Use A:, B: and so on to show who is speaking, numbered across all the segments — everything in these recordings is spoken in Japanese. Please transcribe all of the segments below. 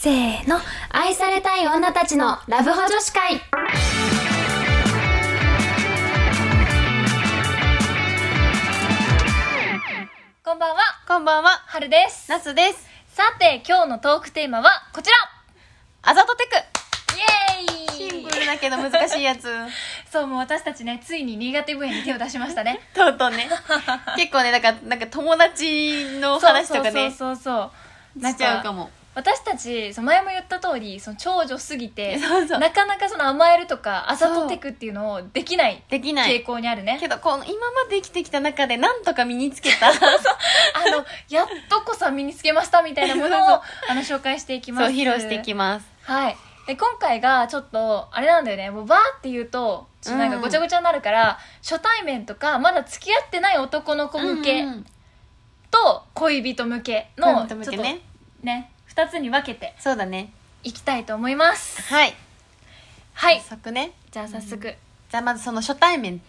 A: せーの愛されたい女たちのラブホ女子会
B: こんばんは、
C: こんばんは、
B: はるです。
C: 夏です。
B: さて、今日のトークテーマはこち
C: あざとテ
B: らイ
C: ク。シン
B: エー
C: プ
B: イ
C: ルだけど難しいやつ。
B: そう、もう私たちね、ついに苦手分野に手を出しました ね。
C: とうとうね。結構ね、だから、なんか友達の話とか
B: そうそ
C: ね、
B: うそうそう。
C: なっちゃうか。も。
B: 私たちそう前も言った通りその長女すぎて
C: そうそう
B: なかなかその甘えるとかあざとテクっていうのをできない
C: できな
B: 傾
C: い。
B: 向にあるね
C: けど、この今まで生きてきた中で、なんとか身につけ た。
B: あのやっとこさ身につけましたみたいな ものをあの紹介していきます
C: そう、披露していきます。
B: はい。で、今回がちょっと、あれなんだよね、もうバーって言うと、ちょっとなんかごちゃごちゃになるから、初対面とか、まだ付き合ってない男の子向け
C: うんうん
B: と恋人向けの、
C: うん
B: ちょっと
C: ね
B: ね、。二つに分けて
C: そうだね。
B: いきたいと思います。
C: はい。
B: はい。
C: 早速ね。
B: じゃあ早速。うん、
C: じゃあまずその初対面の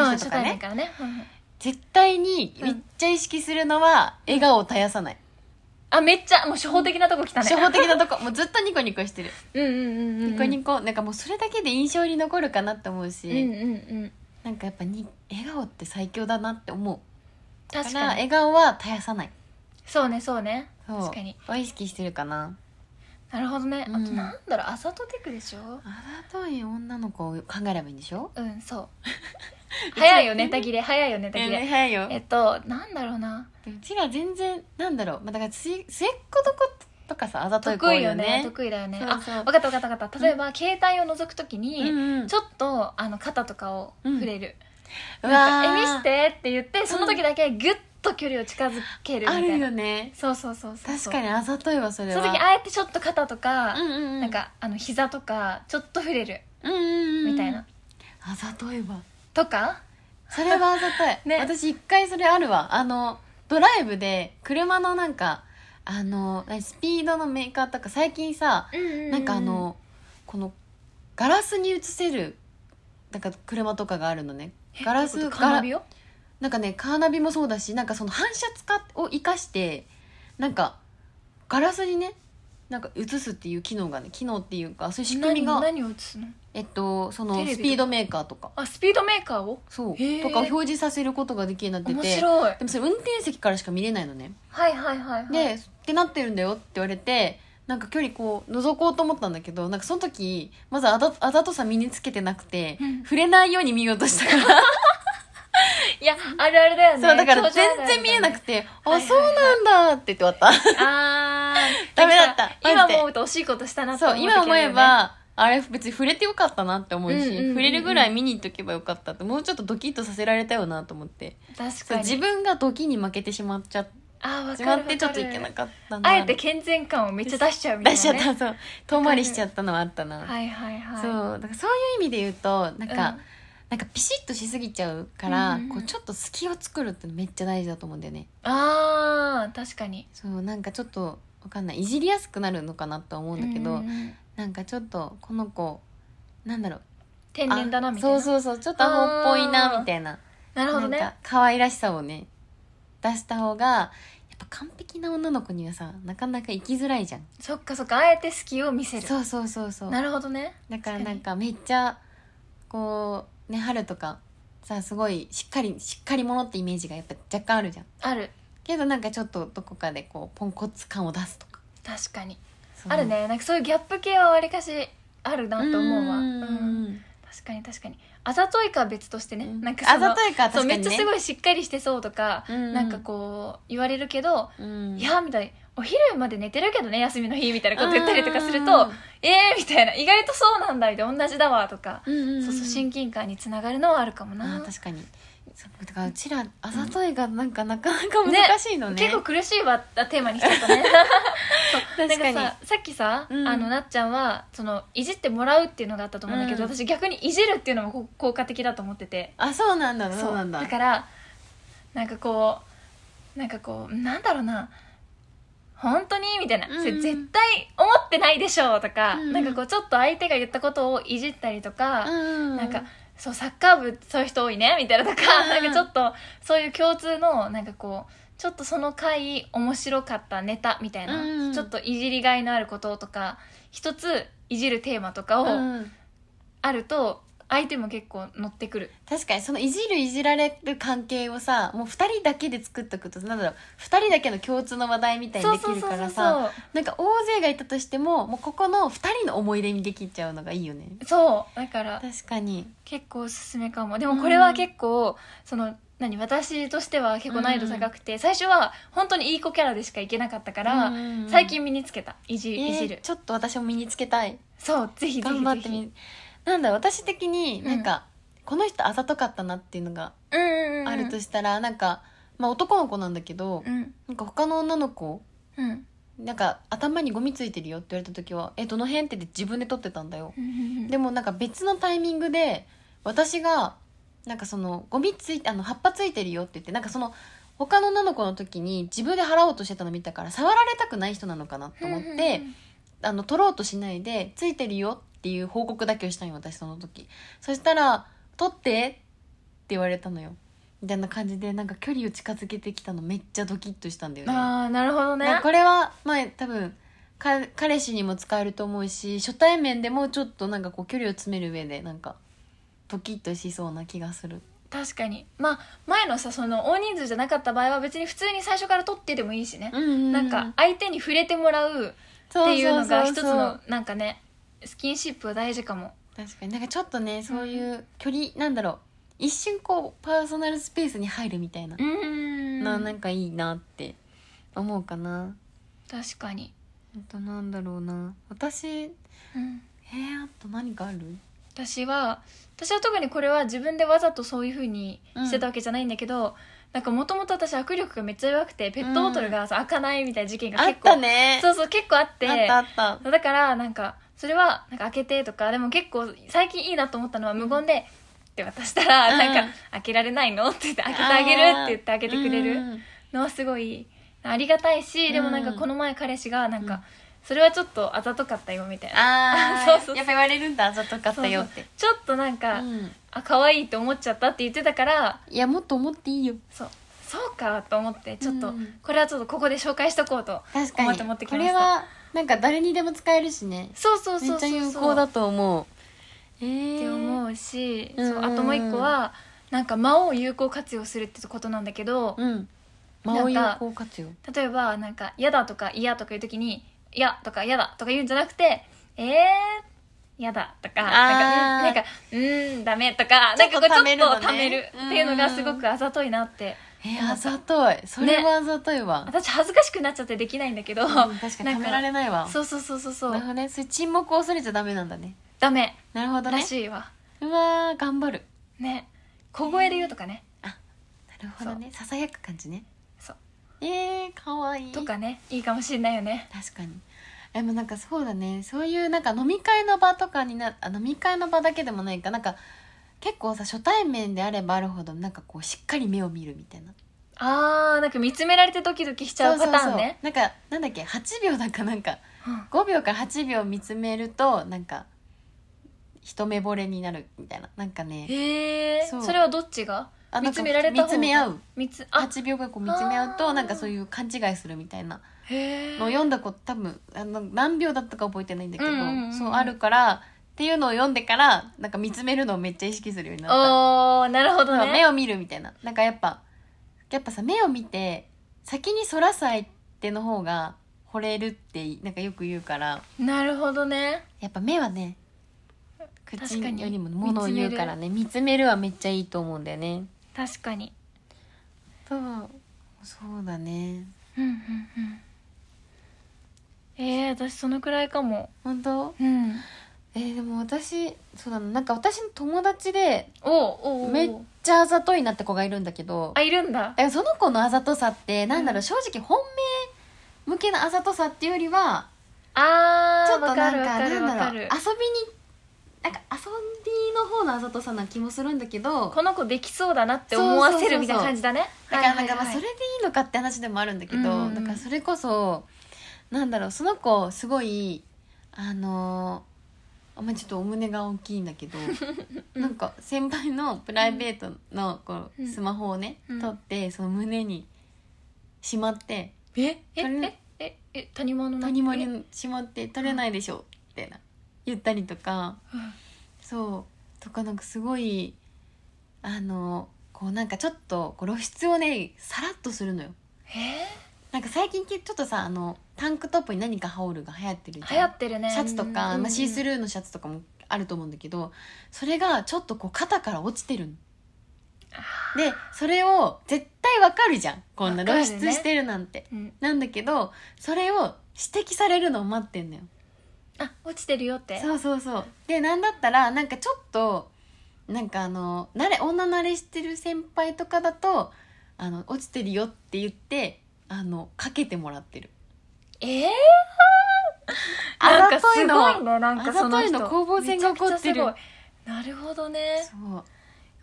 C: 人
B: 初
C: とか
B: 対面
C: ね。
B: からね。うんうん
C: 絶対にめっちゃ意識するのは、笑顔を絶やさない。
B: あ、めっちゃ、もう初歩的なとこ来たね。
C: 初歩的なとこ、もうずっとニコニコしてる。
B: うんうんうんうん。
C: ニコニコ、なんかもうそれだけで印象に残るかなって思うし、
B: うんうんうん。
C: なんかやっぱに笑顔って最強だなって思うだ
B: 確
C: から
B: かに。
C: 笑顔は絶やさない
B: そうね、そうね。
C: そう
B: 確かに。
C: は意識してるかな
B: なるほどね。あと
C: うん
B: なんだろう、あざとテクでしょ
C: あざとい女の子を考えればいいんでしょ
B: うんそう 早いよネタ切れ早いよネタ切れ
C: 早いよ
B: えっとなんだろうな
C: うちら全然なんだろう、まあ、だからすい末っ子とことかさあざとい子多
B: 得意
C: い
B: よ
C: よ
B: ね
C: ね
B: 得意だよね
C: そう
B: あ
C: そう
B: 分かった分かった分かった例えば携帯を覗くときに
C: うんうん
B: ちょっとあの肩とかを触れる
C: う
B: なんか
C: わ
B: え
C: ー
B: 見してって言ってその時だけギュッと距離を近づけるみた
C: ある
B: いな
C: よね
B: そうそうそうそう
C: 確かにあざといわそれ
B: そ
C: は
B: の時あえてちょっと肩とか
C: うんうんうん
B: なんかあの膝とかちょっと触れる
C: うんうんうん
B: みたいな
C: あざといわ
B: とか
C: それはあざと い、
B: ね
C: 私一回それあるわあのドライブで車のなんかあの何スピードのメーカーとか最近さなんかあのこのガラスに映せるなんか車とかがあるのねガラス
B: カーナビ
C: ガラ
B: を
C: なんかねカーナビもそうだしなんかその反射使を生かしてなんかガラスにねなんか映すっていう機能がね機能っていうかそういう仕組み
B: 何
C: が
B: 何を映すの
C: えっとその
B: テレビ
C: ス
B: とか
C: ピードメーカーとか
B: あスピードメーカーを
C: そう
B: へー
C: とかを表示させることができるようになって
B: 面
C: て
B: 白い
C: でもそれ運転席からしか見れないのね、
B: はいはいはいはい
C: でってなってるんだよって言われてなんか距離こう覗こうと思ったんだけどなんかその時まずあざあざとさ身につけてなくて、
B: うん
C: 触れないように見ようとしたから
B: いやあるあるだよね
C: そうだから
B: 頂上
C: 全然見えなくて「
B: はいはいは
C: あ
B: い
C: そうなんだ」って言って終わった
B: あー
C: ダメだった
B: 今
C: マジで
B: 思うと惜しいことしたなって
C: そう
B: 時
C: 今
B: あるよ
C: 思
B: ね
C: えばあれ別に触れてよかったなって思うし、
B: うんうんうんうん
C: 触れるぐらい見に行っとけばよかったってもうちょっとドキッとさせられたよなと思って
B: 確
C: そう
B: か
C: 自
B: に
C: 分がドキに負けてしまっちゃっ
B: あーわ
C: し
B: か
C: ま
B: る
C: ってちょっといけな
B: っ
C: かったな
B: あえて健全感をめっちゃ出しちゃうみたい
C: 出
B: な、
C: し
B: ね、
C: ちゃったそう遠回りしちゃったのはあったな、
B: はいはいはい
C: そうだからそういう意味で言うとなんか、
B: うん
C: なんかピシッとしすぎちゃうから、
B: うんうんうん
C: こうちょっと隙を作るってめっちゃ大事だと思うんだよね
B: あー確かに
C: そうなんかちょっとわかんないいじりやすくなるのかなとは思うんだけど、
B: うんうんうん
C: なんかちょっとこの子なんだろう
B: 天然だなみたい
C: あ
B: な
C: そうそうそうちょっとアホっぽいなみたいな
B: なるほどね
C: なんか可愛らしさをね出した方がやっぱ完璧な女の子にはさなかなか生きづらいじゃん
B: そっかそっかあえて好きを見せる
C: そうそうそうそう
B: なるほどね
C: だからなんかめっちゃこうね春とかさすごいしっかりしっかり者ってイメージがやっぱ若干あるじゃん
B: ある
C: けどなんかちょっとどこかでこうポンコツ感を出すとか
B: 確かに
C: そう
B: あるねなんかそういうギャップ系はわりかしあるなと思うわ
C: ん
B: うん確かに確かにあざといかは別としてね、なんかそ
C: あ
B: の
C: ざといか
B: そ
C: 確
B: う
C: か
B: めっ
C: に
B: ちゃ
C: ね
B: すごいしっかりしてそうとか、
C: うんうん
B: なんかこう言われるけど、
C: うん
B: いやみたいなお昼まで寝てるけどね休みの日みたいなこと言ったりとかする
C: うんうん
B: とえーみたいな意外とそうなんだみたいな同じだわとか、
C: うんうんうん
B: そうそう親近感につながるのはあるかも
C: あ
B: な
C: ー確かにそうだからうちらあざといがなんかなかなか難しいのね
B: 結構苦しいわテーマにしちゃったねそう
C: 確かに
B: なんかささっきさ、
C: うん
B: あのなっちゃんはそのいじってもらうっていうのがあったと思うんだけど、
C: うん
B: 私逆にいじるっていうのもこ効果的だと思ってて
C: あそうなんだそうなんだ
B: からなんかこうなんかこうなんだろうな本当にみたいな、
C: うんうん
B: それ絶対思ってないでしょうとか、
C: うんうん
B: なんかこうちょっと相手が言ったことをいじったりとか、
C: うん
B: なんかそうサッカー部そういう人多いねみたいなとか、
C: うん
B: なんかちょっとそういう共通のなんかこうちょっとその回面白かったネタみたいな、
C: うん
B: ちょっといじりがいのあることとか一ついじるテーマとかを
C: うん
B: あると相手も結構乗ってくる、
C: 確かにそのいじるいじられる関係をさもう2人だけで作っとくとなんだろう2人だけの共通の話題みたいに
B: そう
C: で
B: そ
C: き
B: う
C: る
B: そう
C: から
B: そ
C: さ
B: う
C: なんか大勢がいたとしてももうここの2人の思い出にできちゃうのがいいよね
B: そうだから
C: 確かに
B: 結構おすすめかもでもこれは結構、その何私としては結構難易度高くて、最初は本当にいい子キャラでしかいけなかったから、
C: うん
B: 最近身につけたいじ,、
C: えー
B: いじる
C: ちょっと私も身につけたい
B: そうぜひぜひぜひ
C: 頑張ってみなんだろう私的になんか、この人あざとかったなっていうのが
B: うんうんうん
C: あるとしたら、なんか、まあ、男の子なんだけど、
B: うん
C: なんか他の女の子
B: うん
C: なんか頭にゴミついてるよって言われた時は「えどの辺?」って言って自分で撮ってたんだよ、で
B: も
C: もなんか別のタイミングで私がなんかそのゴミついあの葉っぱついてるよって言ってなんかその他の女の子の時に自分で払おうとしてたの見たから触られたくない人なのかなと思って、あの取ろうとしないでついてるよっていう報告だけをしたいよ私その時そしたら「取って」って言われたのよみたいな感じでなんか距離を近づけてきたのめっちゃドキッとしたんだよね
B: ああなるほどね
C: なんかこれはまあ多分か彼氏にも使えると思うし初対面でもちょっとなんかこう距離を詰める上でなんかドキッとしそうな気がする
B: 確かにまあ前のさその大人数じゃなかった場合は別に普通に最初から取ってでもいいしね、なんか相手に触れてもらう
C: って
B: っていうのが一つ
C: そうそうそ
B: の
C: う
B: なんかねスキンシップは大事かも
C: 確かになんかちょっとねそういう距離、なんだろう一瞬こうパーソナルスペースに入るみたいな、
B: うん
C: ななんかいいなって思うかな
B: 確かに、
C: あとなんだろうな私え
B: うん
C: ー、あと何かある
B: 私は私は特にこれは自分でわざとそういうふうにしてたわけじゃないんだけど、なんかもともと私握力がめっちゃ弱くてペットボトルがさ、開かないみたいな事件が
C: あ
B: 結
C: っ
B: 構
C: たね
B: そうそう結構あって
C: あったあった
B: だからなんかそれはなんか開けてとかでも結構最近いいなと思ったのは無言でって渡したら、
C: うん
B: なんか開けられないのって言って開けてあげるって言って開けてくれ
C: う
B: る
C: ん
B: のはすごいありがたいし、でもなんか
C: うん
B: この前彼氏がなんか、
C: うん
B: それはちょっとあざとかったよみたいな
C: あ あ
B: そうそうそう
C: やっぱ言われるんだあざとかったよって
B: そうそうちょっとなんか、
C: うん
B: あ可愛いと思っちゃったって言ってたから
C: いやもっと思っていいよ
B: そうそうかと思ってちょっと、
C: うん
B: これはちょっとここで紹介しとこうと
C: 確
B: 思
C: か
B: っ
C: に
B: て持ってき
C: こ
B: まし
C: れ
B: た
C: はなんか誰にでも使えるしね
B: そうそうそうそうそう
C: めっちゃ有効だ
B: っ
C: と思うえー、
B: て思うし、
C: うん
B: そうあともう一個はなんか間を有効活用するってことなんだけど、
C: うん
B: なんか
C: 間を有効活用
B: 例えばなんか「嫌だ」とか「嫌」とか言う時に「嫌」とか「嫌だ」とか言うんじゃなくて「えー」嫌だとか
C: あー
B: なんか「うんなんかうんダメ」とかなんかこう
C: ち
B: ち
C: ょ
B: ょ
C: っと貯め
B: っ
C: るのね
B: とためるっていうのがすごくあざといなって
C: えー、あざといそれはあざといわ、
B: 私恥ずかしくなっちゃってできないんだけど、
C: うん確かに
B: なん
C: 食べられないわ
B: そうそうそうそうそ
C: なるほ
B: う
C: どねそれ沈黙を恐れちゃダメなんだね
B: ダメ
C: なるほど
B: ら
C: ね
B: しいわ
C: うわー頑張る
B: ね小声で言うとかね
C: なるほどねささやく感じね
B: そう
C: えー、かわいい
B: とかねいいかもしれないよね
C: 確かにでもなんかそうだねそういうなんか飲み会の場とかになあ飲み会の場だけでもないかなんか結構さ初対面であればあるほどなんかこうしっかり目を見るみたいな
B: あーなんか見つめられてドキドキしちゃうパターンね
C: そうそうそうなんかなんだっけ8秒だかなんか
B: うん
C: 5秒から8秒見つめるとなんか一目惚れになるみたいななんかね
B: へえ
C: そう
B: それはどっちが
C: あ
B: 見
C: なんか
B: つめられた方が
C: 見つめ合う
B: 見つあ
C: 8秒がこう見つめ合う
B: あー
C: となんかそういう勘違いするみたいな
B: へえ
C: のを読んだこと多分あの何秒だったか覚えてないんだけど、
B: うんうんうんうん
C: そうあるからっていうのを読んでからなんか見つめるのをめっちゃ意識するようになっ
B: おーなるほ
C: た
B: ど
C: なんか目
B: ね
C: を見るみたいななんかやっぱやっぱさ目を見て先にそらす相手の方が惚れるってなんかよく言うから
B: なるほどね
C: やっぱ目はね口
B: 確かに
C: よりも物を言うからね見つめるはめっちゃいいと思うんだよね
B: 確かに
C: そうそうだね
B: うんうんうんえー、私そのくらいかも
C: 本当
B: うん
C: えーでも私そうだななんか私の友達で
B: おうおうおう
C: めっちゃあざといなって子がいるんだけど
B: あいるんだ
C: だからその子のあざとさってなんだろう、
B: うん
C: 正直本命向けのあざとさっていうよりは
B: あ
C: ちょ
B: ー
C: っとな
B: わか
C: んか
B: るわかるわ
C: な
B: か
C: んだろう遊びに
B: る
C: なんか遊びの方のあざとさな気もするんだけど
B: この子できそうだなって思わせるみたいな感じだね
C: だからなんかまあ
B: はい
C: そ
B: は
C: れ
B: い
C: で
B: はい
C: いのかって話でもあるんだけど、
B: うんうん
C: だからそれこそなんだろうその子すごいあのーあんまりちょっとお胸が大きいんだ けどなんか先輩のプライベートのこ
B: う
C: うんスマホをね、
B: うん
C: 撮ってその胸にしまって
B: ええ
C: それ
B: えええ谷間の中
C: 谷間にしまって取れないでしょみたいな言ったりとかそうとかなんかすごいあのこうなんかちょっとこう露出をねさらっとするのよ
B: え
C: なんか最近けちょっとさあのタンクトップに何か羽織るが流行ってるじゃん
B: 流行ってるね
C: シャツとか、
B: うん
C: まあ、シースルーのシャツとかもあると思うんだけどそれがちょっとこう肩から落ちてるのでそれを絶対わかるじゃんこんな
B: わかる
C: 露
B: ね
C: 出してるなんて、
B: うん
C: なんだけどそれを指摘されるのを待ってんのよ
B: あ落ちてるよって
C: そうそうそうでなんだったらなんかちょっとなんかあの慣れ女慣れしてる先輩とかだとあの落ちてるよって言ってあのかけてもらってる
B: えー、
C: あざ
B: か
C: とい
B: す
C: の
B: ごいねなんかその
C: あざとい
B: 人
C: の攻防戦が起こってる
B: めちゃくちゃすごいなるほどね
C: そう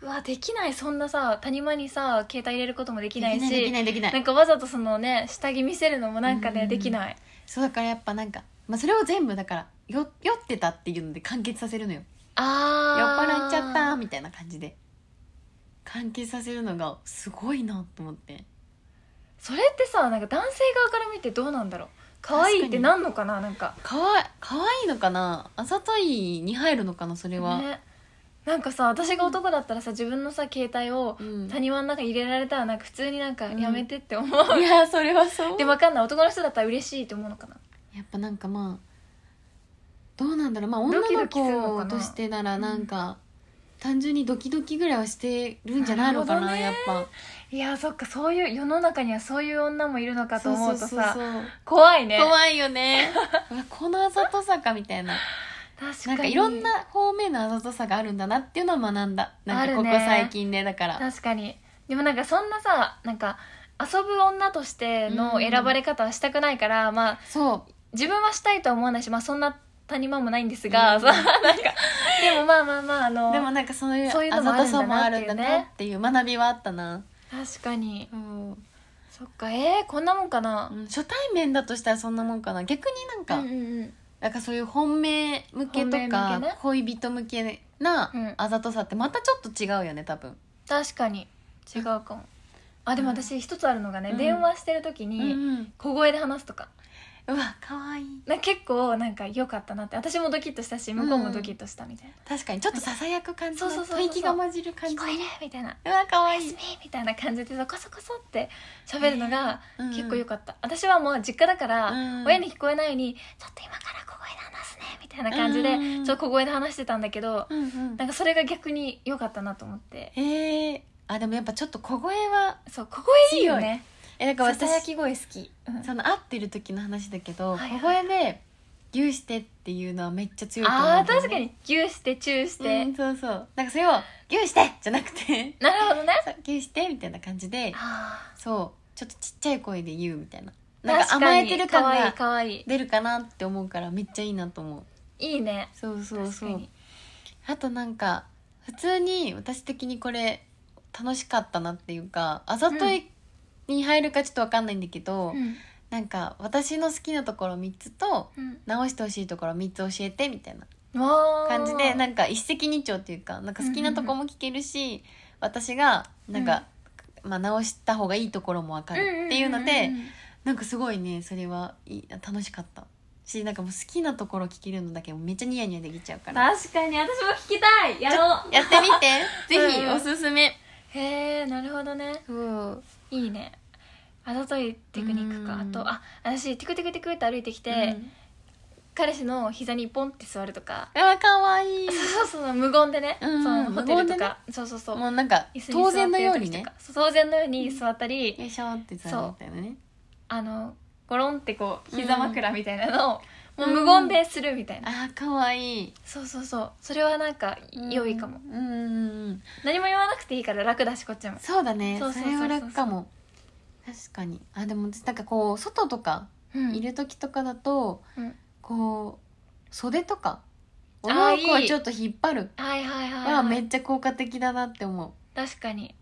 B: うわできないそんなさ谷間にさ携帯入れることもできないし
C: できないできないできない
B: なんかわざとそのね下着見せるのもなんか
C: う
B: ね
C: ん
B: できない
C: そうだからやっぱなんか、まあ、それを全部だからよ酔ってたっていうので完結させるのよ酔っ
B: あー
C: 払っちゃったみたいな感じで完結させるのがすごいなと思って
B: それってさなんか男性側から見てどうなんだろう可愛いってなんのかななんか
C: かわかわいいのかなあざといに入るのかなそれは、
B: ねなんかさ私が男だったらさ自分のさ携帯を
C: うん
B: 谷間の中に入れられたらなんか普通になんか
C: うん
B: やめてって思う、
C: いやそれはそう
B: でわかんない男の人だったら嬉しいと思うのかな
C: やっぱなんかまあどうなんだろうまあ女
B: ドキ
C: の
B: ドキするのか
C: 子
B: な
C: としてならなんか単純にドキドキぐらいはしてるんじゃないのか
B: な
C: な
B: るほどね
C: やっぱ
B: いやそっかそういう世の中にはそういう女もいるのかと思うとさ
C: そうそうそう
B: 怖いね
C: 怖い よねうわこのあざとさかみたいな
B: 確か
C: な
B: に
C: んかいろんな方面のあざとさがあるんだなっていうのは学んだな
B: あ
C: んか
B: る
C: ここ
B: ね
C: 最近で、だから
B: 確かにでもなんかそんなさなんか遊ぶ女として
C: う
B: の
C: ん
B: 選ばれ方はしたくないから、まあ
C: そ
B: 自分はしたいとは思わないし、まあ、そんな谷間もないんですが、
C: うん
B: さ なんかでもまあまあまああ
C: う
B: の
C: でもなんかそういう
B: そういう
C: あ
B: のもあ
C: ざ
B: る
C: と
B: ん
C: さ
B: だ
C: もあ
B: なって
C: る
B: い
C: ん
B: うね
C: だなっていう学びはあったな、
B: 確かに
C: うん
B: そっかえー、こんなもんかな、
C: うん初対面だとしたらそんなもんかな逆になんか、
B: うんうん
C: なんかそういう本命向けと
B: 本命
C: か、
B: 向けね
C: 恋人向け
B: う
C: なんあざとさってまたちょっと違うよね多分、
B: 確かに違うかもあでも私一つあるのがね、
C: うん
B: 電話してる時
C: う
B: に小声で話すとか
C: うわかわいい
B: なんか結構なんか良かったなって私もドキッとしたし向こうもドキッとしたみたいな、
C: 確かにちょっとささやく感じの
B: そうそうそう
C: 吐
B: そう
C: 息が混じる感じ
B: 聞こえるみたいな
C: うわか
B: 「お
C: わ
B: や
C: い
B: す
C: い
B: み」みたいな感じでさコソコソって喋るのが
C: うん
B: 結構良かった、私はもう実家だから、
C: うん
B: 親に聞こえないように「ちょっと今から小声で話すね」みたいな感じで、
C: うん
B: ちょっと小声で話してたんだけど、
C: うんうん
B: なんかそれが逆に良かったなと思って
C: へえあでもやっぱちょっと小声は
B: そう小声いいよね
C: えなんか
B: ささ
C: 私
B: やき声好き、うん
C: その会ってる時の話だけ
B: は
C: ど、
B: いはい
C: 小声で「牛して」っていうのはめっちゃ強いと思うんだ
B: あ
C: よ
B: あ
C: ね
B: 確かにギューしてチューして、
C: うんそうそうなんかそれを「牛して」じゃなくて
B: なるほどね
C: 「そう牛して」みたいな感じで
B: あ
C: そうちょっとちっちゃい声で言うみたいな
B: ー
C: なんか
B: 確か
C: 甘
B: に
C: えてる感
B: かわいい
C: が
B: かわいい
C: 出るかなって思うからめっちゃいいなと思う
B: いいね
C: そうそう
B: 確か
C: そう
B: に
C: あとなんか普通に私的にこれ楽しかったなっていうかあざといに入るかちょっとわかんないんだけど、
B: うん
C: なんか私の好きなところ3つと
B: うん
C: 直してほしいところ3つ教えてみたいな
B: わー
C: 感じでなんか一石二鳥っていうかなんか好きなとこも聞けるし、私がなんか、まあ、直した方がいいところもわかるっていうので、
B: んんんん
C: なんかすごいねそれはいい楽しかったしなんかもう好きなところ聞けるのだけめっちゃニヤニヤできちゃうから
B: 確かに私も聞きたいやろ
C: やってみて ぜひ
B: うん
C: おすすめ、
B: うへえなるほどね
C: そう
B: いいねあざといテクニックか
C: う
B: あ
C: ん
B: とあ私テクテクテクって歩いてきて、
C: うん
B: 彼氏の膝にポンって座るとか
C: うわかわいい
B: そうそうそう無言でね、
C: うん
B: そのホテルと
C: 無言でね
B: か、そうそうそう
C: もうなんか
B: 椅子に座っ
C: 当
B: てる
C: 然のように
B: 時
C: ね
B: とかそう当然のように座ったり、
C: よいしょって座るみたいなね
B: あのゴロンってこう膝枕みたいなのを、もう無言でするみたいな、
C: あーかわいい
B: そうそうそうそれはなんか良いかも、
C: うんうんうん
B: 何も言わなくていいから楽だしこっちも
C: そうだね
B: そ
C: そう
B: そうそうそう
C: れは楽かも確かにあでも私なんかこう外とか
B: うん
C: いる時とかだと、
B: うん
C: こう袖とか
B: あ
C: お
B: ー
C: 洋服
B: い
C: はいちょっと引っ張る
B: はいはいはい、はい、
C: はめっちゃ効果的だなって思
B: 確かに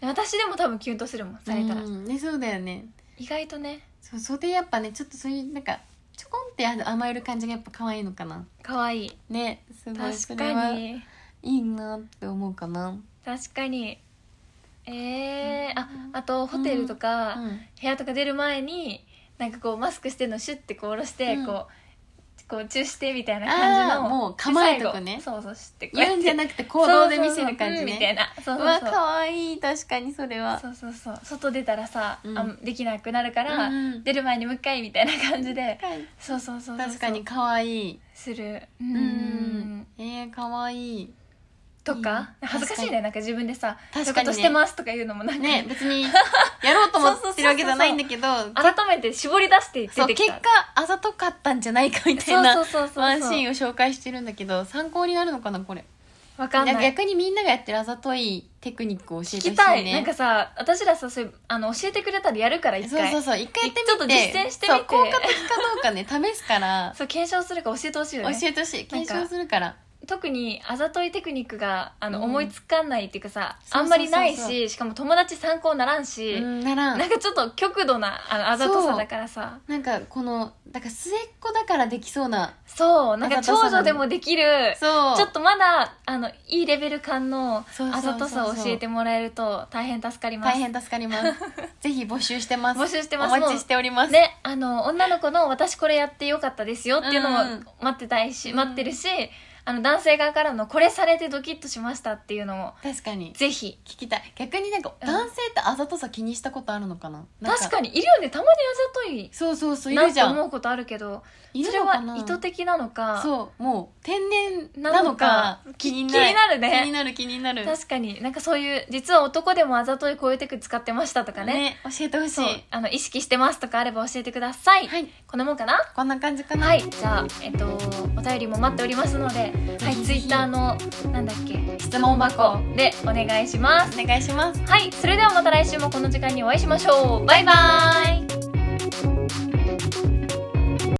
B: 私でも多分キュンとするもん
C: う
B: されたら、
C: うんねそうだよね
B: 意外とね
C: そう袖やっぱねちょっとそういうなんかちょこんってあの甘える感じがやっぱ可愛いのかな
B: 可愛い
C: ねすごいそ
B: 確
C: れ
B: か
C: はい
B: に
C: いなって思うかな
B: 確かにえー、ああとホテルとか、部屋とか出る前になんかこうマスクしてるのシュッてこう下ろして、
C: うん
B: こうこうチューしてみたいな感じ
C: あー
B: の
C: もう構えとくね
B: で最後そうそうしてこうやって
C: 言うんじゃなくて行動で見せる感
B: そうそうそ
C: じ
B: ううんみたい
C: ね
B: なそうう
C: わ
B: そうそう
C: 可愛い確かにそれは
B: そうそうそう外出たらさ、
C: うん
B: あできなくなるから、
C: うんうん
B: 出る前にもう一回みたいな感じでそうそうそうそう
C: 確かに可愛い
B: するう
C: うんんえー可愛い
B: とか
C: いい
B: 恥ずかしい
C: 確か
B: ねなんか自分でさ「そうい
C: 確
B: うこ
C: かにね
B: としてます」とか言うのもなんか、
C: ね別にやろうと思ってるわけじゃないんだ けど
B: 改めて絞り出して
C: そ
B: 出て
C: う結
B: き
C: 果
B: た
C: あざとかったんじゃないかみたいな
B: そうそうそうそう
C: ワンシーンを紹介してるんだけど参考になるのかなこれ
B: わかんない
C: 逆にみんながやってるあざといテクニックを教え
B: 聞
C: てほしい
B: きた
C: ね
B: い、なんかさ私らさそういうあの教えてくれたらやるから一
C: そう
B: 回
C: そうそう一回やってみて
B: ちょっと実践してみて
C: そう効果的かどうかね試すから
B: そう検証するか教えてほしいよね
C: 教えてほしい検証するから
B: 特にあざといテクニックがあの、
C: うん
B: 思いつかないっていうかさ
C: そう
B: あ
C: そうんそうそう
B: まりないししかも友達参考ならんし、
C: うんならん
B: なんかちょっと極度なあのあざとさだからさ
C: なんかこのだから末っ子だからできそうな
B: そうなん
C: あ
B: か
C: ざ
B: 長
C: とさなの
B: 女でもできる
C: そう
B: ちょっとまだあのいいレベル感の
C: そうそう
B: あ
C: そう
B: ざ
C: そう
B: とさを教えてもらえると大変助かります
C: 大変助かります ぜひ募集してます
B: 募集してます
C: お待ちしております、
B: ね、あの女の子の「私これやってよかったですよ」っていうの
C: う
B: も
C: ん
B: 待ってたいし、
C: うん
B: 待ってるしあの男性側からの「これされてドキッとしました」っていうのも
C: 確かに
B: ぜひ
C: 聞きたい逆になんか
B: うん
C: 男性ってあざとさ気にしたことあるのかななん
B: 確かにいるよねたまにあざとい
C: そうそうそうい
B: な
C: る
B: っ
C: じ
B: て
C: ゃ
B: 思
C: ん
B: うことあるけど
C: いる
B: それ
C: の
B: は
C: かな
B: 意図的なのか
C: そうもう天然な
B: なの
C: のか
B: か
C: 気に
B: 気になるね
C: 気になる気になる
B: 確かになんかそういう実は男でもあざといこういうテク使ってましたとかね
C: ね教えてほしい
B: そうあの意識してますとかあれば教えてください、
C: はい
B: こんなもんかな
C: こんな感じかな
B: はい、じゃあ、えっと、お便りも待っておりますので、はい、ツイッターの、なんだっけ、
C: 質問箱
B: でお願いします。
C: お願いします
B: はい、それではまた来週もこの時間にお会いしましょう。バイバイ